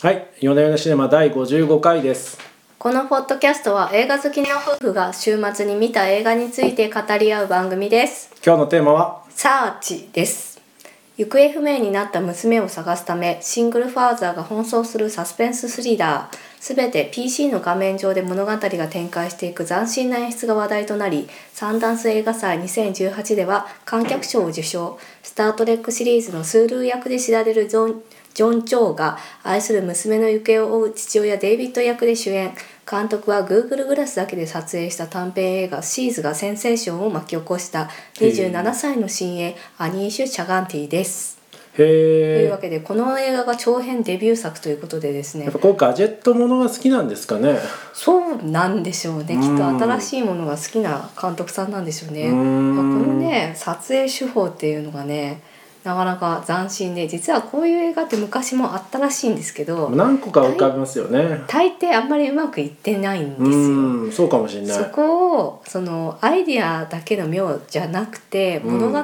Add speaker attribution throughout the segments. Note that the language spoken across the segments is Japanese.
Speaker 1: はい、夜な夜なシネマ第55回です。
Speaker 2: このポッドキャストは映画好きの夫婦が週末に見た映画について語り合う番組です。
Speaker 1: 今日のテーマは
Speaker 2: サーチです。行方不明になった娘を探すためシングルファーザーが奔走するサスペンススリラーすべて PC の画面上で物語が展開していく斬新な演出が話題となりサンダンス映画祭2018では観客賞を受賞「スター・トレック」シリーズのスールー役で知られるジョン・ジョン・チョーが愛する娘の行方を追う父親デイビッド役で主演監督は Google グラスだけで撮影した短編映画「シーズ」がセンセーションを巻き起こした27歳の新鋭アニーシュ・チャガンティです。と
Speaker 1: へ
Speaker 2: いう
Speaker 1: え
Speaker 2: わ。けでこの映画が長編デビュー作ということでですね
Speaker 1: やっぱこうガジェットものが好きなんですかね。
Speaker 2: そうなんでしょうねきっと
Speaker 1: うん
Speaker 2: 新しいものが好きな監督さんなんでしょうね。
Speaker 1: うーん
Speaker 2: このね撮影手法っていうのがねなかなか斬新で実はこういう映画って昔もあったらしいんですけど
Speaker 1: 何個か浮かびますよね。
Speaker 2: 大抵あんまりうまくいってないん
Speaker 1: う
Speaker 2: ですよ。
Speaker 1: ん、そうかもしれな
Speaker 2: そ
Speaker 1: い。
Speaker 2: こをそのアイディアだけの妙じゃなくて
Speaker 1: うん
Speaker 2: 物語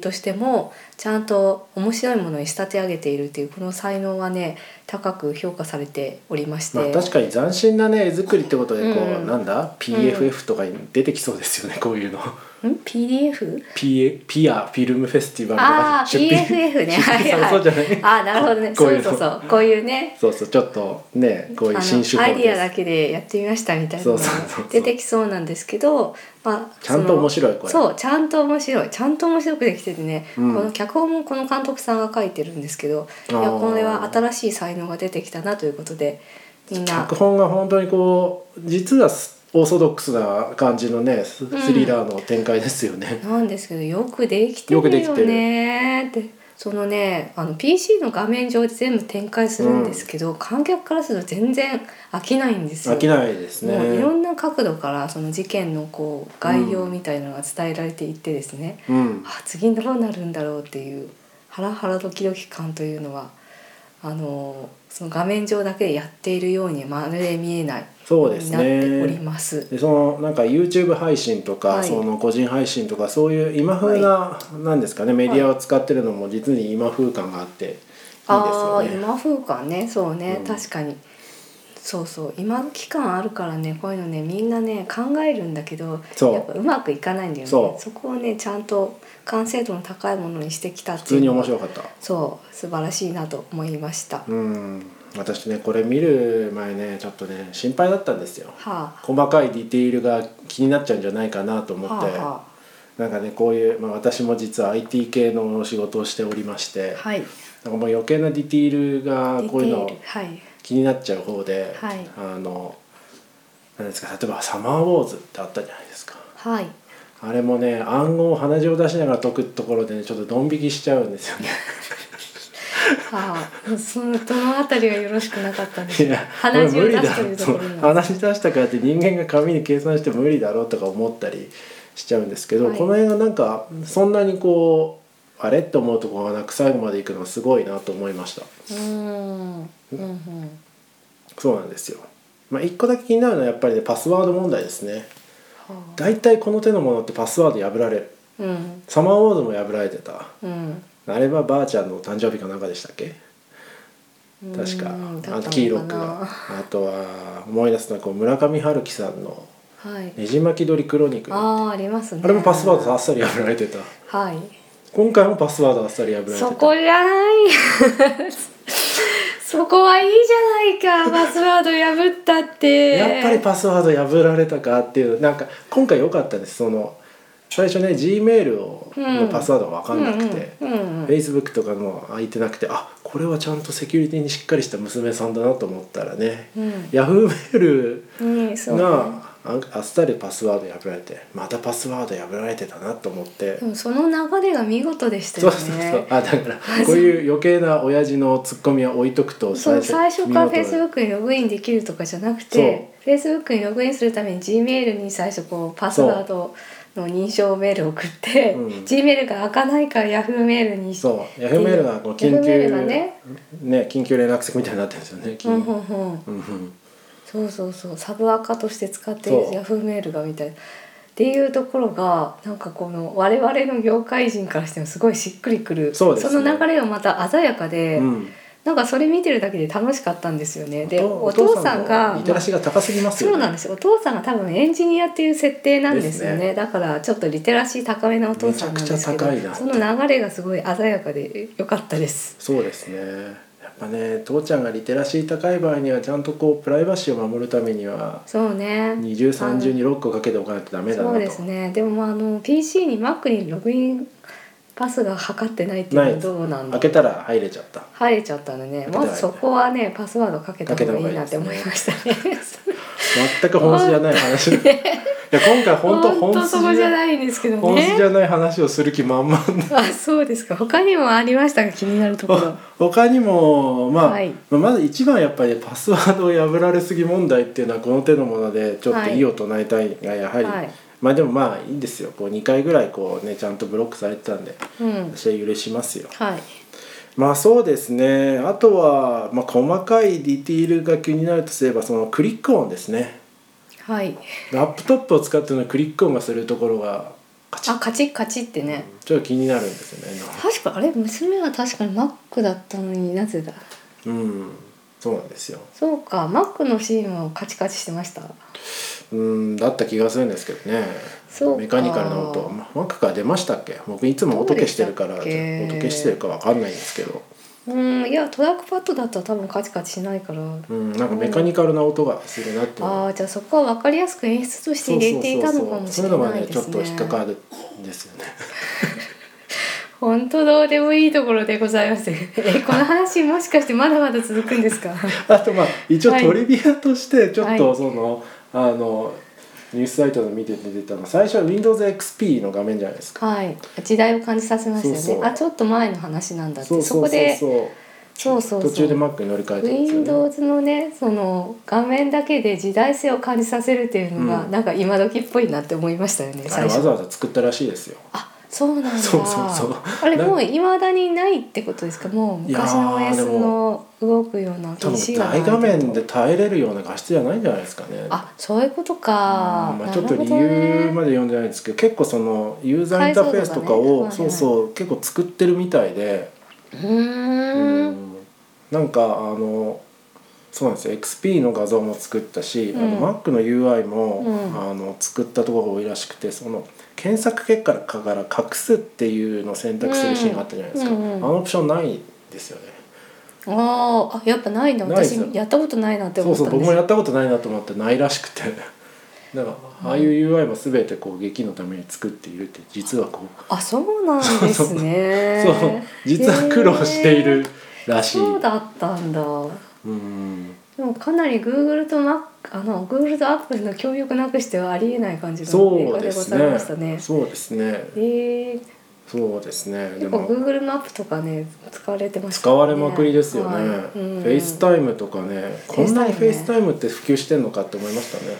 Speaker 2: としてもちゃんと面白いものに仕立て上げているっていうこの才能はね高く評価されておりまして、
Speaker 1: まあ確かに斬新なね絵作りってことでこう、
Speaker 2: うん
Speaker 1: なんだ PFF とかに出てきそうですよねこういうの。
Speaker 2: ん PDF?
Speaker 1: P ピアフィルムフェスティバルと
Speaker 2: あ
Speaker 1: か
Speaker 2: あ PFF ね
Speaker 1: 出品
Speaker 2: はい
Speaker 1: され
Speaker 2: はい
Speaker 1: そうじゃない。
Speaker 2: ああなるほどね
Speaker 1: こう
Speaker 2: そ
Speaker 1: いう
Speaker 2: う
Speaker 1: の
Speaker 2: そうそうこういうね
Speaker 1: そうそうちょっとねこう
Speaker 2: あ
Speaker 1: いう
Speaker 2: の
Speaker 1: 新手
Speaker 2: ア
Speaker 1: 法
Speaker 2: イディア
Speaker 1: で
Speaker 2: だ
Speaker 1: す。
Speaker 2: けでやってみましたみたいなのが
Speaker 1: そうそうそうそう
Speaker 2: 出てきそうなんですけど、まあ、
Speaker 1: ちゃんと面白いこれ。
Speaker 2: そうちゃんと面白いちゃんと面白くできててね、
Speaker 1: うん
Speaker 2: この脚本もこの監督さんが書いてるんですけどいや
Speaker 1: あー
Speaker 2: これは新しい才能が出てきたなということでみんな
Speaker 1: 脚本が本当にこう実はスオーソドックスな感じのねス
Speaker 2: ん
Speaker 1: スリラーの展開ですよね。
Speaker 2: なんですけどよくできて
Speaker 1: よくで
Speaker 2: る
Speaker 1: き
Speaker 2: よ
Speaker 1: てる
Speaker 2: ねってそのねあの PC の画面上で全部展開するんですけど、観客からすると全然飽きないんですよ。
Speaker 1: 飽きないですね。
Speaker 2: もういろんな角度からその事件のこう概要みたいなのが伝えられていってですね、
Speaker 1: うん。
Speaker 2: あ次どうなるんだろうっていうハラハラドキドキ感というのはあのその画面上だけでやっているようにまるで見えない
Speaker 1: そうです
Speaker 2: なっており
Speaker 1: ね。
Speaker 2: ます。
Speaker 1: でそのなんか YouTube 配信とか、
Speaker 2: はい
Speaker 1: その個人配信とかそういう今風な、なんですかねメディアを使ってるのも実に今風感があっていいです
Speaker 2: あ
Speaker 1: よ
Speaker 2: あ
Speaker 1: ね。
Speaker 2: 今風感ねそうね、
Speaker 1: うん
Speaker 2: 確かにそうそう今の期間あるからねこういうのねみんなね考えるんだけど
Speaker 1: そう
Speaker 2: やっぱうまくいかないんだよね
Speaker 1: そう
Speaker 2: こをねちゃんと完成度の高いものにしてきたっ
Speaker 1: 普
Speaker 2: てい
Speaker 1: 通
Speaker 2: う
Speaker 1: に
Speaker 2: の
Speaker 1: 面
Speaker 2: が
Speaker 1: 白かった。
Speaker 2: そう素晴らしいなと思いました。
Speaker 1: うん。私ねこれ見る前ねちょっとね心配だったんですよ。
Speaker 2: はあ
Speaker 1: 細かいディテールが気になっちゃうんじゃないかなと思
Speaker 2: はあ
Speaker 1: って。
Speaker 2: は
Speaker 1: なんかねこういう、まあ、私も実は IT 系の仕事をしておりまして、
Speaker 2: あはい
Speaker 1: なんかもう余計なディティールがこういうの
Speaker 2: ディテールはい
Speaker 1: 気になっちゃう方で、
Speaker 2: はい
Speaker 1: あのなんですか例えば「サマーウォーズ」ってあったじゃないですか
Speaker 2: はい
Speaker 1: あれもね暗号を鼻血を出しながら解くところでねちょっとドン引きしちゃうんですよね
Speaker 2: ああ、そのどのあたりがよろしくなかったんで
Speaker 1: い
Speaker 2: すか。
Speaker 1: や
Speaker 2: 鼻血を出してるとこ
Speaker 1: こ
Speaker 2: ろ
Speaker 1: れ無理だ
Speaker 2: なん
Speaker 1: 鼻
Speaker 2: で
Speaker 1: 血出したからって人間が紙に計算して無理だろうとか思ったりしちゃうんですけど、
Speaker 2: はい
Speaker 1: この映画なんかそんなにこうあれって思うところがなく最後まで行くのはすごいなと思いました。
Speaker 2: す。うーん、うんうん、
Speaker 1: そうなんですよ。まあ、一個だけ気になるのはやっぱりねパスワード問題ですね。
Speaker 2: はあ、
Speaker 1: だいたいこの手のものってパスワード破られる。
Speaker 2: うん、
Speaker 1: サマーウォードも破られてた。
Speaker 2: うん。
Speaker 1: あれはばあちゃんの誕生日かなんかでしたっけ？確か。
Speaker 2: うん
Speaker 1: あとキーロック。
Speaker 2: だったの
Speaker 1: が。
Speaker 2: か
Speaker 1: あとは思い出すのはこう村上春樹さんの
Speaker 2: なはい。
Speaker 1: 「ねじ巻き鳥クロニクル」
Speaker 2: あ
Speaker 1: あ
Speaker 2: あ、ありますね。
Speaker 1: れもパスワードあっさり破られてた。
Speaker 2: はい。
Speaker 1: 今回もパスワードあっさり破られてた。
Speaker 2: そこじゃない。そこはいいじゃないか、パスワード破ったって。
Speaker 1: やっぱりパスワード破られたかっていうなんか今回良かったですその最初ね G メールを
Speaker 2: うん
Speaker 1: のパスワードが分かんなくて、
Speaker 2: うんうん、うんうん、
Speaker 1: Facebook とかも開いてなくてあこれはちゃんとセキュリティにしっかりした娘さんだなと思ったらね、
Speaker 2: うん、
Speaker 1: Yahoo メール
Speaker 2: うん、そう、ね。
Speaker 1: がああっさりパスワード破られてまたパスワード破られてたなと思って
Speaker 2: で。もその流れが見事でした
Speaker 1: そ
Speaker 2: よ
Speaker 1: う
Speaker 2: ね。
Speaker 1: そうそうあだからこういう余計な親父のツッコミは置いとくと
Speaker 2: そう最初からフ
Speaker 1: 見
Speaker 2: ェイ
Speaker 1: 事
Speaker 2: スブ
Speaker 1: だ
Speaker 2: ックにログインできるとかじゃなくてフェイスブックにログインするために G メールに最初こうパスワードの認証メールを送って、
Speaker 1: うん
Speaker 2: G メールが開かないから Yahoo メールにして
Speaker 1: そうヤフーメールがこう緊
Speaker 2: Yahoo メールが
Speaker 1: 急
Speaker 2: ね
Speaker 1: ね緊急連絡先みたいになってるんですよね。
Speaker 2: うん
Speaker 1: 緊
Speaker 2: うんうん
Speaker 1: うんうん
Speaker 2: そうそうそうサブアカとして使ってい
Speaker 1: そう
Speaker 2: る Yahoo メールがみたいな。っていうところがなんかこの我々の業界人からしてもすごいしっくりくる
Speaker 1: そうですね
Speaker 2: の流れがまた鮮やかで、
Speaker 1: うん
Speaker 2: なんかそれ見てるだけで楽しかったんですよねで
Speaker 1: お
Speaker 2: お父さん
Speaker 1: お父
Speaker 2: が
Speaker 1: のリテラシーが高すぎますよね
Speaker 2: そうなんですよお父さんが多分エンジニアっていう設定なんですよね
Speaker 1: ですね
Speaker 2: だからちょっとリテラシー高めなお父さんなんですけ
Speaker 1: めちゃくちゃ高いな
Speaker 2: どその流れがすごい鮮やかで良かったです
Speaker 1: そうですねやっぱね父ちゃんがリテラシー高い場合にはちゃんとこうプライバシーを守るためには
Speaker 2: そうね
Speaker 1: 二重三重にロックをかけておかないとダメだな
Speaker 2: そう
Speaker 1: と
Speaker 2: ですねでもまああの PC に Mac にログインパスが測ってないっていうのはどうなんだ
Speaker 1: 開けたら入れちゃった
Speaker 2: 入れちゃったのでね
Speaker 1: 開けたら
Speaker 2: まずそこはねパスワードかけた方がいいなって思いましたね
Speaker 1: 全く本筋じゃない話いや今回本当
Speaker 2: 本
Speaker 1: 本
Speaker 2: 当
Speaker 1: 筋
Speaker 2: そこじゃないんですけど
Speaker 1: 本筋じ
Speaker 2: ね
Speaker 1: ゃない話をする気満々で
Speaker 2: あそうですか他にもありましたが気になるところ
Speaker 1: 他にも、まあ
Speaker 2: はい
Speaker 1: まあまず一番やっぱりパスワードを破られすぎ問題っていうのはこの手のものでちょっといいを唱えたいがやはり、
Speaker 2: はい
Speaker 1: まあでもまあいいんですよこう2回ぐらいこうねちゃんとブロックされてたんで
Speaker 2: うん
Speaker 1: 私は許しますよ
Speaker 2: はい
Speaker 1: まあそうですねあとは、まあ、細かいディティールが気になるとすればそのクリック音ですね
Speaker 2: はい
Speaker 1: ラップトップを使ってのクリック音がするところがカチッ
Speaker 2: あカチッカチッってね
Speaker 1: ちょっと気になるんですよね
Speaker 2: 確かあれ娘は確かに Mac だったのになぜだ
Speaker 1: うんそうなんですよ
Speaker 2: そうか Mac のシーンはカチカチしてました
Speaker 1: うんだった気がするんですけどね
Speaker 2: そうか
Speaker 1: メカニカルな音まマックから出ましたっけ僕いつも音消してるから
Speaker 2: ど
Speaker 1: 音
Speaker 2: うでしたっけ
Speaker 1: 消してるかわかんないんですけど
Speaker 2: うんいやトラックパッドだったら多分カチカチしないから、
Speaker 1: うんなんかメカニカルな音がするなっていう
Speaker 2: ああじゃあそこは分かりやすく演出として入れていたのかもし
Speaker 1: そうそうそうそういうの
Speaker 2: れな
Speaker 1: が
Speaker 2: い
Speaker 1: ね
Speaker 2: で
Speaker 1: ちょっ
Speaker 2: すね
Speaker 1: と引っかかるんですよね
Speaker 2: 本当どうでもいいところでございますえこの話もしかしてまだまだ続くんですか
Speaker 1: あとまあ一応
Speaker 2: はい
Speaker 1: トリビアとしてちょっ
Speaker 2: は
Speaker 1: と
Speaker 2: い
Speaker 1: その、あのニュースサイトの見てて出てたの最初は WindowsXP の画面じゃないですか
Speaker 2: はい時代を感じさせましたよね
Speaker 1: そうそう
Speaker 2: あちょっと前の話なんだって
Speaker 1: そうそうそう
Speaker 2: こでそう
Speaker 1: そう
Speaker 2: そうそう
Speaker 1: 途中で Mac に乗り換えてるんですよね
Speaker 2: Windows のねその画面だけで時代性を感じさせるっていうのが、
Speaker 1: うん
Speaker 2: なんか今時っぽいなって思いましたよね
Speaker 1: あ
Speaker 2: 最
Speaker 1: れわざ
Speaker 2: 初
Speaker 1: わざ作ったらしいですよ
Speaker 2: あそうなんだ
Speaker 1: そうそうそう
Speaker 2: あれ
Speaker 1: なん
Speaker 2: もういまだにないってことですかもう昔の
Speaker 1: いやー
Speaker 2: OS
Speaker 1: で
Speaker 2: の動くような
Speaker 1: 多分
Speaker 2: PC がな
Speaker 1: 大
Speaker 2: いって
Speaker 1: 画
Speaker 2: こと
Speaker 1: 面で耐えれるような画質じゃないんじゃないですかね
Speaker 2: あそういうことか、
Speaker 1: うんまあ、
Speaker 2: な
Speaker 1: ち
Speaker 2: る
Speaker 1: ょっ
Speaker 2: ほ
Speaker 1: と
Speaker 2: ど
Speaker 1: 理
Speaker 2: ね
Speaker 1: 由まで読んでないんですけど結構そのユーザーインターフェースとかを、
Speaker 2: 解像度がねはいはい
Speaker 1: そうそう結構作ってるみたいで、
Speaker 2: うーん
Speaker 1: なんかあのそうなんですよ XP の画像も作ったし、
Speaker 2: うん
Speaker 1: あの Mac の UI も、
Speaker 2: うん
Speaker 1: あの作ったところが多いらしくてその検索結果から隠すっていうのを選択するシーンがあったじゃないですか、
Speaker 2: うんうんうん
Speaker 1: あのオプションないんですよね
Speaker 2: あーあやっぱないんだ
Speaker 1: ないで
Speaker 2: 私
Speaker 1: すよ
Speaker 2: やったことないなって
Speaker 1: そ
Speaker 2: 思
Speaker 1: う
Speaker 2: っ
Speaker 1: そう
Speaker 2: たんです
Speaker 1: 僕もやったことないなと思ってないらし くてだからああいう UI も全てこう劇のために作っているって実はこう
Speaker 2: あそうなんです ね
Speaker 1: そう実は苦労しているらしい、
Speaker 2: そうだったんだ
Speaker 1: うん
Speaker 2: でもかなり Google と Mac あの Google と Apple の協力なくしてはありえない感じの
Speaker 1: そ
Speaker 2: 映
Speaker 1: う
Speaker 2: 画
Speaker 1: で
Speaker 2: でご
Speaker 1: す
Speaker 2: ざいま
Speaker 1: ね
Speaker 2: したね
Speaker 1: そうですね
Speaker 2: えー、
Speaker 1: そうですねで
Speaker 2: 結構
Speaker 1: も
Speaker 2: Google マップとかね使われてました
Speaker 1: 使われまくりですよね
Speaker 2: はいうん
Speaker 1: フェイスタイムとかねこんなにフェイスタイムって普及してんのかって思いましたね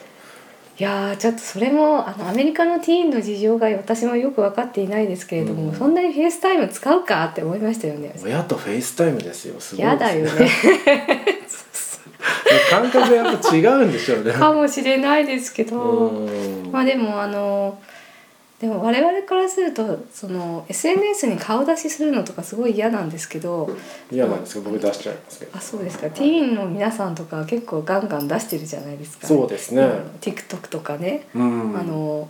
Speaker 2: いやーちょっとそれもあのアメリカのティーンの事情が私もよく分かっていないですけれども、
Speaker 1: うん
Speaker 2: そんなにフェイスタイム使うかって思いましたよね。
Speaker 1: 親とフェイスタイムですよすごい
Speaker 2: や
Speaker 1: です
Speaker 2: だよ
Speaker 1: ね
Speaker 2: ね
Speaker 1: 感覚やっぱ違うんでし ょうね
Speaker 2: かもしれないですけど、
Speaker 1: うん
Speaker 2: まあでもあのでも我々からするとその SNS に顔出しするのとかすごい嫌なんですけど
Speaker 1: 嫌なんですけど僕出しちゃいますけど
Speaker 2: あそうですかティーンの皆さんとか結構ガンガン出してるじゃないですか。
Speaker 1: そうですね
Speaker 2: うん TikTok とかね
Speaker 1: うん
Speaker 2: あの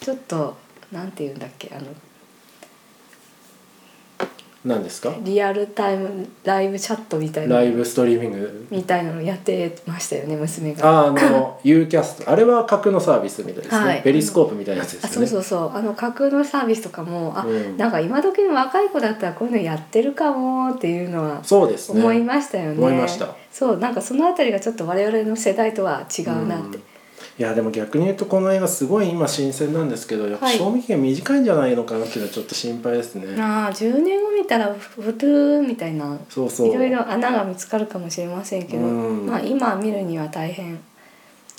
Speaker 2: ちょっとなんて言うんだっけあの
Speaker 1: 何ですか
Speaker 2: リアルタイムライブチャットみたいな
Speaker 1: ライブストリーミング
Speaker 2: みたいなのやってましたよね娘が。
Speaker 1: ああの UCAST あれは格のサービスみたいですね、
Speaker 2: はい
Speaker 1: ペリスコープみたいなやつです
Speaker 2: あ
Speaker 1: ね
Speaker 2: そうそうそうあの架空のサービスとかもあ、
Speaker 1: うん
Speaker 2: なんか今時の若い子だったらこういうのやってるかもっていうのは
Speaker 1: そうですね
Speaker 2: 思いましたよね
Speaker 1: 思いました
Speaker 2: そうなんかそのあたりがちょっと我々の世代とは違うなって
Speaker 1: うんいやでも逆に言うとこの映画すごい今新鮮なんですけどやっぱ
Speaker 2: はい
Speaker 1: 賞味期限短いんじゃないのかなっていうのはちょっと心配ですね、
Speaker 2: ああ10年後見たらふるーみたいな
Speaker 1: そうそう
Speaker 2: いろいろ穴が見つかるかもしれませんけど、
Speaker 1: うん
Speaker 2: まあ今見るには大変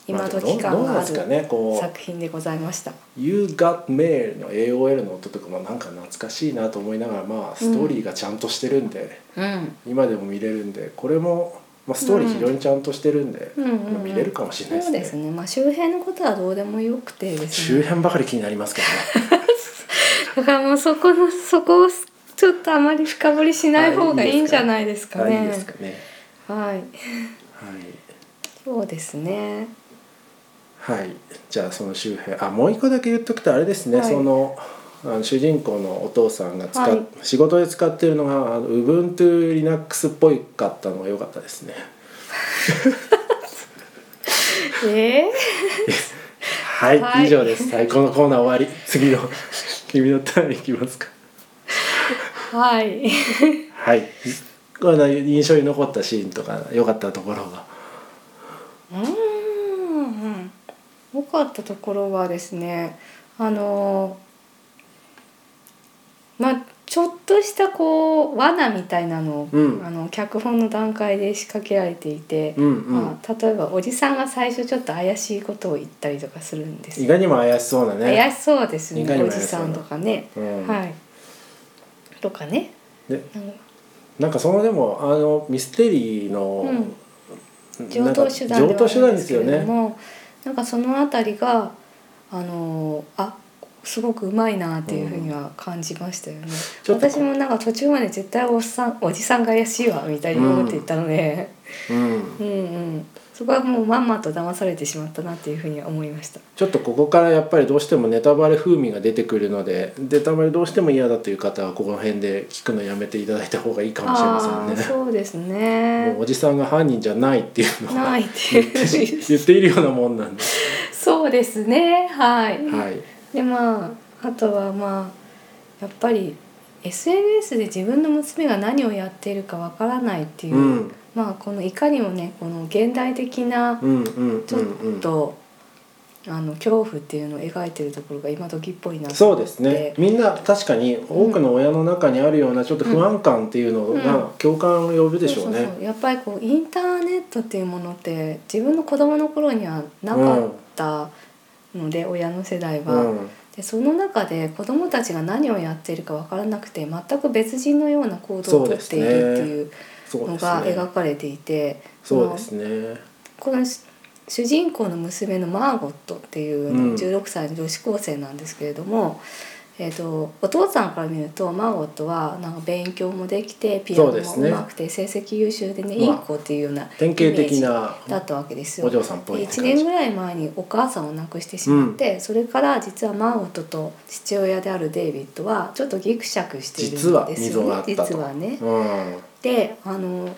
Speaker 2: 今時感
Speaker 1: まあでもどうどうなん
Speaker 2: があ
Speaker 1: ですか
Speaker 2: る
Speaker 1: ねこう
Speaker 2: 作品でございました。
Speaker 1: 「You Got Mail」の AOL の音とかもなんか懐かしいなと思いながらまあストーリーがちゃんとしてるんで、
Speaker 2: うん
Speaker 1: 今でも見れるんでこれも、まあ、ストーリー非常にちゃんとしてるんで、
Speaker 2: うんうんうん
Speaker 1: 見れるかもしれない
Speaker 2: そうですね。まあ周辺のことはどうでもよくてです
Speaker 1: 周
Speaker 2: ね。
Speaker 1: 辺ばかり気になりますけどね
Speaker 2: だからもうそこのそこをちょっとあまり深掘りしない方がいいんじゃないですか
Speaker 1: はいいい
Speaker 2: ね
Speaker 1: です。かね
Speaker 2: はい、
Speaker 1: はい
Speaker 2: そうで すね。
Speaker 1: はいじゃあその周辺あもう一個だけ言っとくとあれですね、
Speaker 2: はい
Speaker 1: そのあの主人公のお父さんが使っ、
Speaker 2: はい
Speaker 1: 仕事で使ってるのがあの Ubuntu Linux っぽいかったのが良かったですね
Speaker 2: ええ
Speaker 1: はい、
Speaker 2: はい
Speaker 1: 以上です最高のコーナー終わり次の 君のターンいきますか
Speaker 2: はい。
Speaker 1: はいこの印象に残ったシーンとか良かったところが
Speaker 2: うーん良かったところはですねあのまあちょっとしたこう罠みたいなのを、
Speaker 1: うん
Speaker 2: あの脚本の段階で仕掛けられていて、
Speaker 1: うんうん、
Speaker 2: まあ、例えばおじさんが最初ちょっと怪しいことを言ったりとかするんです
Speaker 1: 意
Speaker 2: よ、
Speaker 1: 外にも怪しそうなね
Speaker 2: 怪しそうです
Speaker 1: 意外に
Speaker 2: ね
Speaker 1: も
Speaker 2: お
Speaker 1: 怪
Speaker 2: じ
Speaker 1: しそう
Speaker 2: さ
Speaker 1: なん
Speaker 2: とかね、
Speaker 1: うん
Speaker 2: はいとかね
Speaker 1: で
Speaker 2: なんか
Speaker 1: なんかそのでもあのミステリーの、なんか
Speaker 2: 上等手段
Speaker 1: 上
Speaker 2: で
Speaker 1: 等
Speaker 2: は
Speaker 1: 手
Speaker 2: ある
Speaker 1: 段で
Speaker 2: んです
Speaker 1: す
Speaker 2: け
Speaker 1: よ
Speaker 2: れど
Speaker 1: ね。
Speaker 2: も、なんかそのあたりがあのーあすごくうまいなっていうふうには感じましたよね、
Speaker 1: ちょっと
Speaker 2: 私もなんか途中まで絶対おっさんおじさんが怪しいわみたいに思っていたので、
Speaker 1: うん、
Speaker 2: うん、うんそこはもうまんまと騙されてしまったなっていうふうには思いました
Speaker 1: ちょっとここからやっぱりどうしてもネタバレ風味が出てくるのでネタバレどうしても嫌だという方はここの辺で聞くのやめていただいた方がいいかもしれ
Speaker 2: あ
Speaker 1: ま
Speaker 2: あ
Speaker 1: せん
Speaker 2: ー
Speaker 1: ね。
Speaker 2: そうです
Speaker 1: も
Speaker 2: ね
Speaker 1: うおじさんが犯人じゃないっていうのを
Speaker 2: ないっていう
Speaker 1: 言っているようなもんなんで、
Speaker 2: そうですねはい、
Speaker 1: はい、
Speaker 2: でまああとはまあやっぱり SNS で自分の娘が何をやっているかわからないっていう、
Speaker 1: うん
Speaker 2: まあこのいかにもねこの現代的な
Speaker 1: うんうん
Speaker 2: ち
Speaker 1: う
Speaker 2: ょ
Speaker 1: んう
Speaker 2: っ
Speaker 1: ん
Speaker 2: と、あの恐怖っていうのを描いてるところが今時っぽいなと
Speaker 1: そう
Speaker 2: 思
Speaker 1: で
Speaker 2: って
Speaker 1: すねみんな確かに多くの親の中にあるようなちょっと不安感っていうの
Speaker 2: うん
Speaker 1: が共感を呼ぶでしょう
Speaker 2: そうそう
Speaker 1: ね
Speaker 2: そうやっぱりこうインターネットっていうものって自分の子供の頃にはなかったので、親の世代
Speaker 1: う
Speaker 2: は、
Speaker 1: ん
Speaker 2: でその中で子どもたちが何をやっているか分からなくて全く別人のような行動をとっているっていう
Speaker 1: そう
Speaker 2: の
Speaker 1: です
Speaker 2: が
Speaker 1: ね
Speaker 2: 描かれていて
Speaker 1: そうですね
Speaker 2: このし主人公の娘のマーゴットっていう
Speaker 1: うん
Speaker 2: 16歳の女子高生なんですけれども、えー、とお父さんから見るとマーゴットはなんか勉強もできてピアノも
Speaker 1: そうですね
Speaker 2: 上手くて、成績優秀でねい
Speaker 1: まあ
Speaker 2: い子っていうような
Speaker 1: 典型的な
Speaker 2: だったわけですよ。
Speaker 1: お嬢さんっぽい
Speaker 2: 1
Speaker 1: 感
Speaker 2: 年
Speaker 1: じ
Speaker 2: ぐらい前にお母さんを亡くしてしまって、それから実はマーゴットと父親であるデイビッドはちょっとギクシャクしているんです
Speaker 1: 実は
Speaker 2: よね
Speaker 1: 溝があったと
Speaker 2: 実はね。
Speaker 1: うん
Speaker 2: であの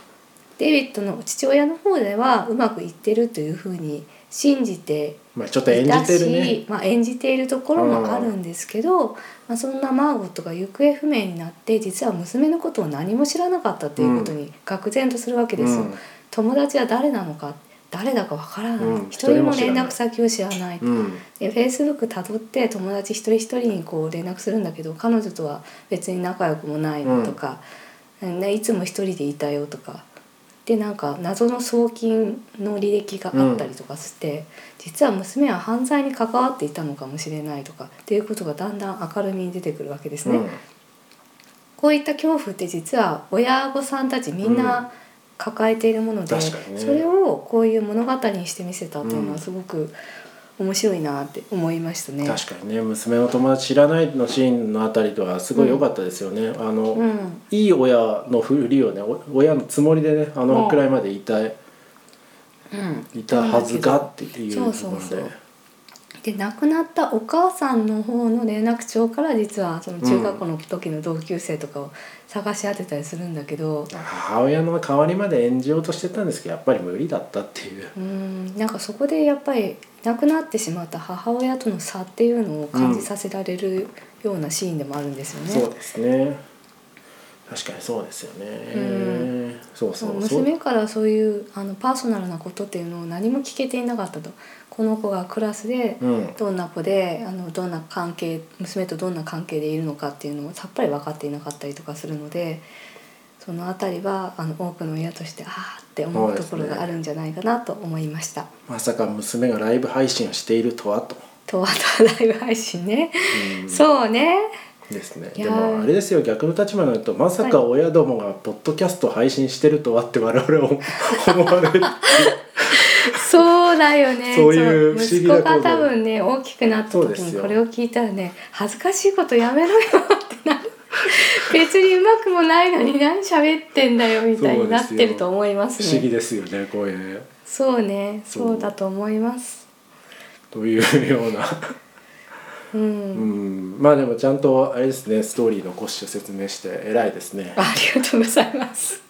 Speaker 2: デイビッドの父親の方ではうまくいってるというふうに信じて
Speaker 1: まあちょっと演
Speaker 2: いた
Speaker 1: じて
Speaker 2: し
Speaker 1: るね
Speaker 2: まあ、演じているところもあるんですけど、まあ、そんなマーゴットが行方不明になって実は娘のことを何も知らなかったということに愕然とするわけですよ。
Speaker 1: うん
Speaker 2: 友達は誰なのか誰だかわからない、
Speaker 1: うん
Speaker 2: 一人も
Speaker 1: 一人も知ら
Speaker 2: 連
Speaker 1: ない
Speaker 2: 絡先を知らない、
Speaker 1: うん
Speaker 2: でフェイスブックたどって友達一人一人にこう連絡するんだけど彼女とは別に仲良くもないとか、ね、いつも一人でいたよとかでなんか謎の送金の履歴があったりとかして、実は娘は犯罪に関わっていたのかもしれないとかっていうことがだんだん明るみに出てくるわけですね。
Speaker 1: うん
Speaker 2: こういった恐怖って実は親御さんたちみん
Speaker 1: うん
Speaker 2: な抱えているもので、
Speaker 1: 確かにね
Speaker 2: それをこういう物語にして見せたっていうの
Speaker 1: うん
Speaker 2: はすごく面白いなって思いましたね。
Speaker 1: 確かにね娘の友達知らないのシーンのあたりとはすごい良かったですよね、あの、
Speaker 2: うん、
Speaker 1: いい親のふりをねお親のつもりでねあのくらいまでいた、
Speaker 2: うん、
Speaker 1: いたはずがっていうところで
Speaker 2: そうそうそうで亡くなったお母さんの方の連絡帳から実はその中学校の時の同級生とかを探し当てたりするんだけど、
Speaker 1: 母親の代わりまで演じようとしてたんですけどやっぱり無理だったっていう、
Speaker 2: うんなんかそこでやっぱり亡くなってしまった母親との差っていうのを感じさせられるようなシーンでもあるんですよね。
Speaker 1: そうですね確かにそうですよね、
Speaker 2: うん
Speaker 1: そうそうそう
Speaker 2: 娘からそういうあのパーソナルなことっていうのを何も聞けていなかったとこの子がクラスで
Speaker 1: うん
Speaker 2: どんな子であのどんな関係娘とどんな関係でいるのかっていうのもさっぱり分かっていなかったりとかするのでその辺りはあの多くの親としてああって思うところがあるんじゃないかなと思いました。
Speaker 1: まさか娘がライブ配信をしているとはと、
Speaker 2: とあとはライブ配信ね、そうね
Speaker 1: ですね
Speaker 2: いや
Speaker 1: で
Speaker 2: ー
Speaker 1: もあれですよ逆の立場になるとまさか親どもがポッドキャスト配信してるとはって我々は思思われる
Speaker 2: そうだよね
Speaker 1: そういう
Speaker 2: ちょ
Speaker 1: 不思議
Speaker 2: 息
Speaker 1: な
Speaker 2: 子
Speaker 1: こと
Speaker 2: が多分ね大きくなった
Speaker 1: そうで
Speaker 2: 時
Speaker 1: す
Speaker 2: に
Speaker 1: よ
Speaker 2: これを聞いたらね恥ずかしいことやめろよってなる 別にうまくもないのに何喋ってんだよみたい
Speaker 1: そう
Speaker 2: に
Speaker 1: で
Speaker 2: な
Speaker 1: すよ
Speaker 2: ってると思います
Speaker 1: 不思議
Speaker 2: ね
Speaker 1: ですよ ねこういう
Speaker 2: そうね
Speaker 1: そう
Speaker 2: そうだと思います
Speaker 1: というような
Speaker 2: うん、
Speaker 1: うんまあでもちゃんとあれですねストーリーの骨子を説明して偉いですね
Speaker 2: ありがとうございます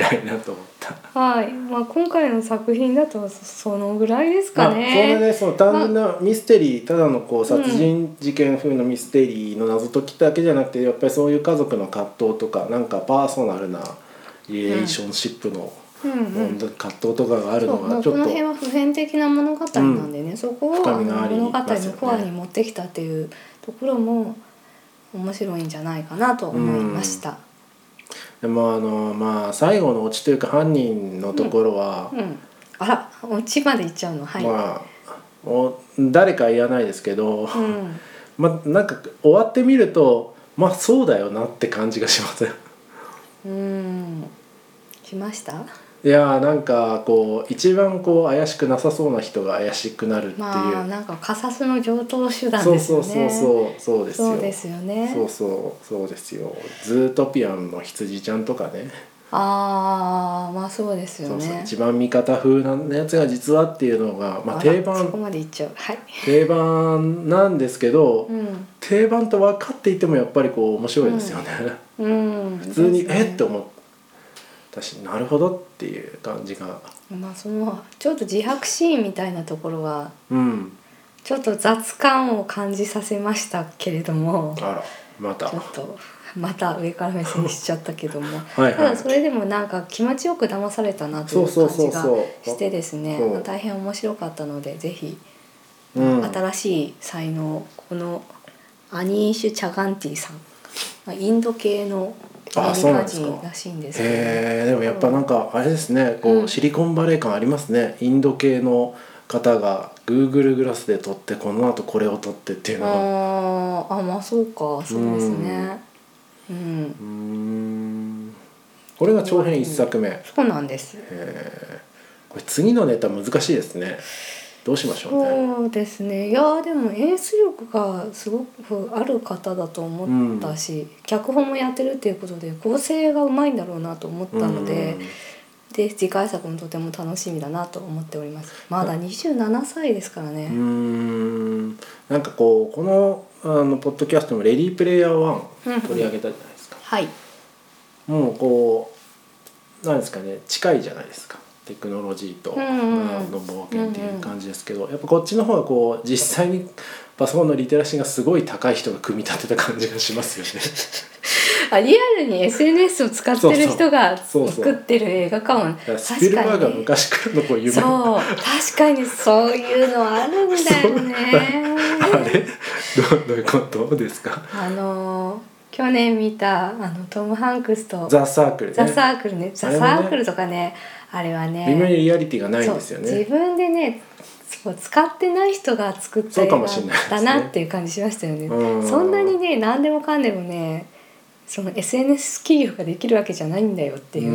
Speaker 1: 偉いなと思った、
Speaker 2: はい、まあ、今回の作品だとそそのぐらいです
Speaker 1: まあ
Speaker 2: か
Speaker 1: そんな
Speaker 2: ね,、
Speaker 1: ねその単純なミステリーただのこう殺人事件風のミステリーの謎解きだけじゃなくてやっぱりそういう家族の葛藤とかなんかパーソナルなリレーションシップの
Speaker 2: うんうん
Speaker 1: 葛藤とかがある
Speaker 2: そ
Speaker 1: の
Speaker 2: うま
Speaker 1: が
Speaker 2: あ
Speaker 1: ちょ
Speaker 2: こ
Speaker 1: っ
Speaker 2: の
Speaker 1: と
Speaker 2: 辺は普遍的な物語なんでね、そこを
Speaker 1: 深
Speaker 2: あ
Speaker 1: みがあ
Speaker 2: の
Speaker 1: り
Speaker 2: 物語
Speaker 1: ま
Speaker 2: の
Speaker 1: すよね
Speaker 2: コアに持ってきたっていうところも面白いんじゃないかなと思いました。
Speaker 1: でもあのまあ最後のオチというか犯人のところは
Speaker 2: う、ん、あらオチまでいっちゃうのはい、
Speaker 1: まあお誰かは言わないですけど、
Speaker 2: うん、
Speaker 1: まあなんか終わってみるとまあそうだよなって感じがします
Speaker 2: うん、しました
Speaker 1: いやーなんかこう一番こう怪しくなさそうな人が怪しくなるっていう、
Speaker 2: まあなんかカサスの上等手段
Speaker 1: そう
Speaker 2: です
Speaker 1: そ
Speaker 2: よ
Speaker 1: うそう
Speaker 2: ね
Speaker 1: そうそうですよ
Speaker 2: そうですよね
Speaker 1: そうそうそうですよズートピアンの羊ちゃんとかね
Speaker 2: ああまあそうですよ
Speaker 1: そう
Speaker 2: ね
Speaker 1: そう一番味方風なやつが実はっていうのが、まあ、定
Speaker 2: らそこ
Speaker 1: 番
Speaker 2: までいっちゃうはい、
Speaker 1: 定番なんですけど、
Speaker 2: うん
Speaker 1: 定番と分かっていてもやっぱりこう面白いですよね、
Speaker 2: うん、
Speaker 1: 普通に「
Speaker 2: ですね
Speaker 1: えっ?」て思ったしなるほどっていう感じが
Speaker 2: まあそのちょっと自白シーンみたいなところは
Speaker 1: うん
Speaker 2: ちょっと雑感を感じさせましたけれども
Speaker 1: あらまた
Speaker 2: ちょっとまた上から目線しちゃったけども
Speaker 1: はい
Speaker 2: た
Speaker 1: はい
Speaker 2: だそれでもなんか気持ちよく騙されたなとい
Speaker 1: そう
Speaker 2: う
Speaker 1: そう
Speaker 2: 感
Speaker 1: そ
Speaker 2: じ
Speaker 1: う
Speaker 2: が
Speaker 1: そう
Speaker 2: してですね
Speaker 1: そう
Speaker 2: 大変面白かったのでぜひ
Speaker 1: うん、
Speaker 2: 新しい才能このアニーシュ・チャガンティさんまあインド系のア
Speaker 1: あ
Speaker 2: メ
Speaker 1: そう
Speaker 2: リ
Speaker 1: なんで
Speaker 2: カ
Speaker 1: すか
Speaker 2: 人らしいんですけどね
Speaker 1: へえでもやっぱなんかあれですねこう、
Speaker 2: うん
Speaker 1: シリコンバレー感ありますねインド系の方が Google グラスで撮ってこのあとこれを撮ってっていうのが
Speaker 2: あーあまあそうかそうですねうん
Speaker 1: うーんこれが長編1作目、へ
Speaker 2: そうなんです。
Speaker 1: えこれ次のネタ難しいですねどうしましょうね
Speaker 2: そうですね。いやーでも演出力がすごくある方だと思ったし、脚本もやってるっていうことで構成がうまいんだろうなと思ったので、で次回作もとても楽しみだなと思っております。まだ27歳ですから
Speaker 1: うー
Speaker 2: ね。
Speaker 1: んなんかこうこのあのポッドキャストも「レディープレイヤー1」取り上げたじゃないですか
Speaker 2: はい。
Speaker 1: もうこうなんですかね近いじゃないですかテクノロジーと
Speaker 2: うんうん
Speaker 1: あの冒険っていう感じですけど、やっぱこっちの方がこう実際にパソコンのリテラシーがすごい高い人が組み立てた感じがします よね。
Speaker 2: あリアルに SNS を使ってる人が
Speaker 1: そうそうそうそ
Speaker 2: 作
Speaker 1: う
Speaker 2: ってる映画かも。
Speaker 1: だからスピルバーグは
Speaker 2: ね
Speaker 1: 昔からのこう夢
Speaker 2: そう確かにそういうのあるんだよ
Speaker 1: あ
Speaker 2: ね。
Speaker 1: れどうどういうことですか
Speaker 2: あのー去年見たあのトム・ハンクスと
Speaker 1: ザ・サークルね
Speaker 2: ザサークルねザ
Speaker 1: あれ
Speaker 2: サ
Speaker 1: もね
Speaker 2: ークルとかねあれはね
Speaker 1: 微妙にリアリティがないんですよ
Speaker 2: そう
Speaker 1: ね
Speaker 2: 自。分でねそう使ってない人が作った
Speaker 1: そう
Speaker 2: 映
Speaker 1: か
Speaker 2: 画
Speaker 1: もしれないですね
Speaker 2: だなっていう感じしましたよね。
Speaker 1: うん
Speaker 2: そんなにね何でもかんでもねその SNS 企業ができるわけじゃないんだよって
Speaker 1: う
Speaker 2: いう
Speaker 1: う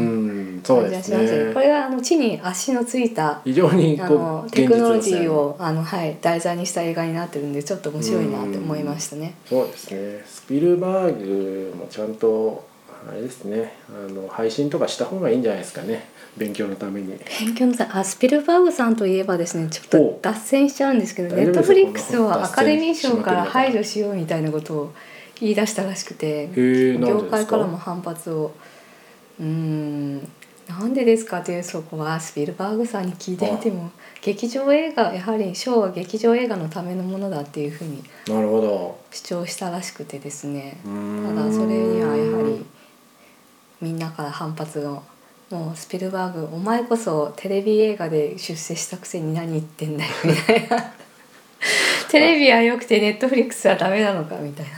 Speaker 1: んそう
Speaker 2: 感じ
Speaker 1: で
Speaker 2: がし
Speaker 1: す
Speaker 2: ましたね。こ
Speaker 1: ね
Speaker 2: れはあの地に足のついた
Speaker 1: 非常に
Speaker 2: あ
Speaker 1: こ
Speaker 2: の
Speaker 1: う
Speaker 2: テクノロジ
Speaker 1: 現実の世界
Speaker 2: ーをあの、はい、題材にした映画になってるんでちょっと面白いなって思いましたね。
Speaker 1: そうですねスピルバーグもちゃんとあれですねあの配信とかした方がいいんじゃないですかね勉強のために
Speaker 2: 勉強のさあスピルバーグさんといえばですねちょっと
Speaker 1: お
Speaker 2: 脱線しちゃうんですけど
Speaker 1: 大
Speaker 2: ネ
Speaker 1: 丈
Speaker 2: ット
Speaker 1: 夫
Speaker 2: フリッ
Speaker 1: で
Speaker 2: ク
Speaker 1: す
Speaker 2: ス
Speaker 1: よ
Speaker 2: をアカデミー賞から
Speaker 1: こんな
Speaker 2: 排除しようみたいなことを言い出したらしくて
Speaker 1: へえなん
Speaker 2: 業
Speaker 1: でで
Speaker 2: 界
Speaker 1: す
Speaker 2: か
Speaker 1: から
Speaker 2: も反発をうーんなんでですかというそこはスピルバーグさんに聞いてみても劇場映画やはり賞は劇場映画のためのものだっていうふうに
Speaker 1: なるほど
Speaker 2: 主張したらしくてですね
Speaker 1: うー
Speaker 2: た
Speaker 1: ん
Speaker 2: だそれにはやはりみんなから反発がもうスピルバーグお前こそテレビ映画で出世したくせに何言ってんだよみたい なテレビは良くてネットフリックスはダメなのかみたいな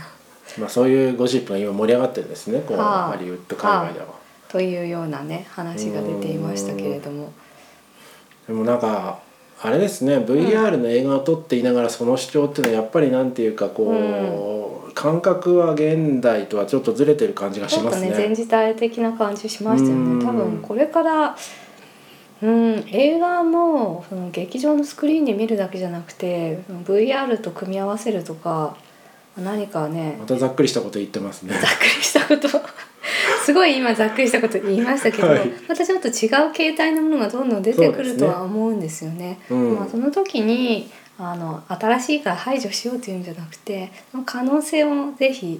Speaker 1: まあそういうゴシップが今盛り上がってるんですねこう
Speaker 2: はあ
Speaker 1: ハリウッド海外では
Speaker 2: というようなね話が出ていましたけれども
Speaker 1: でもなんかあれですね VR の映画を撮っていながらその主張っていうのはやっぱりなんていうかこう、感覚は現代とはちょっとずれてる感じが
Speaker 2: ち
Speaker 1: し
Speaker 2: ょっ
Speaker 1: ま
Speaker 2: と
Speaker 1: す
Speaker 2: ね
Speaker 1: ね
Speaker 2: 前時代的な感じしましたよ
Speaker 1: うん
Speaker 2: ね多分これからうん、映画もその劇場のスクリーンで見るだけじゃなくてその VR と組み合わせるとか何かね
Speaker 1: またざっくりしたこと言ってますね
Speaker 2: ざっくりしたこと すごい今ざっくりしたこと言いましたけど、
Speaker 1: はい
Speaker 2: またちょっと違う形態のものがどんどん出てくるとは思うんですよね。
Speaker 1: そうですねうん
Speaker 2: まあ、その時にあの新しいから排除しようというんじゃなくてその可能性をぜひ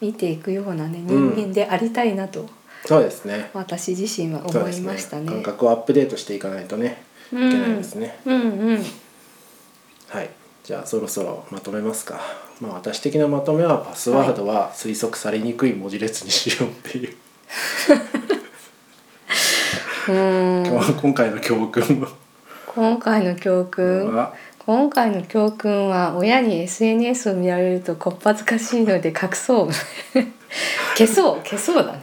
Speaker 2: 見ていくようなね人間でありたいなと
Speaker 1: そうですね
Speaker 2: 私自身は
Speaker 1: そう
Speaker 2: 思
Speaker 1: で
Speaker 2: い
Speaker 1: す
Speaker 2: ましたね。
Speaker 1: 感覚をアップデートしていかないとね
Speaker 2: う
Speaker 1: いけないで
Speaker 2: ん
Speaker 1: すね、
Speaker 2: うんうん
Speaker 1: はいじゃあそろそろまとめますかまあ私的なまとめはパスワードは推測されにくい文字列にしようっていう、
Speaker 2: うん
Speaker 1: 今回の教訓 は
Speaker 2: 今回の教訓
Speaker 1: は
Speaker 2: 今回の教訓は親に SNS を見られるとこっぱずかしいので隠そう 消そう消そうだね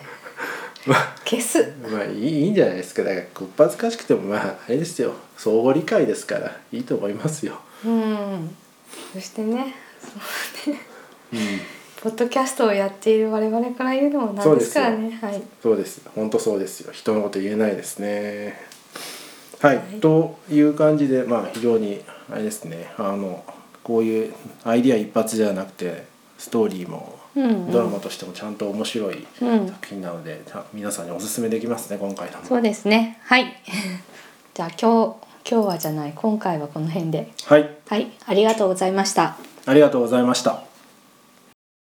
Speaker 2: 消す
Speaker 1: まあいいいいんじゃないですかだからこっぱずかしくてもまああれですよ相互理解ですからいいと思いますよ、
Speaker 2: うんそしてねそうね
Speaker 1: うん、
Speaker 2: ポッドキャストをやっている我々から言うのもなんですからねはい
Speaker 1: そうです本当そうですよ人のこと言えないですねはい、
Speaker 2: はい
Speaker 1: という感じでまあ非常にあれですねあのこういうアイディア一発じゃなくてストーリーも
Speaker 2: うんうん
Speaker 1: ドラマとしてもちゃんと面白い
Speaker 2: うん
Speaker 1: 作品なので、ちゃん皆さんにおすすめできますね今回のも
Speaker 2: そうですねはい じゃあ今日今日はじゃない今回はこの辺で
Speaker 1: はい
Speaker 2: はいありがとうございました
Speaker 1: ありがとうございました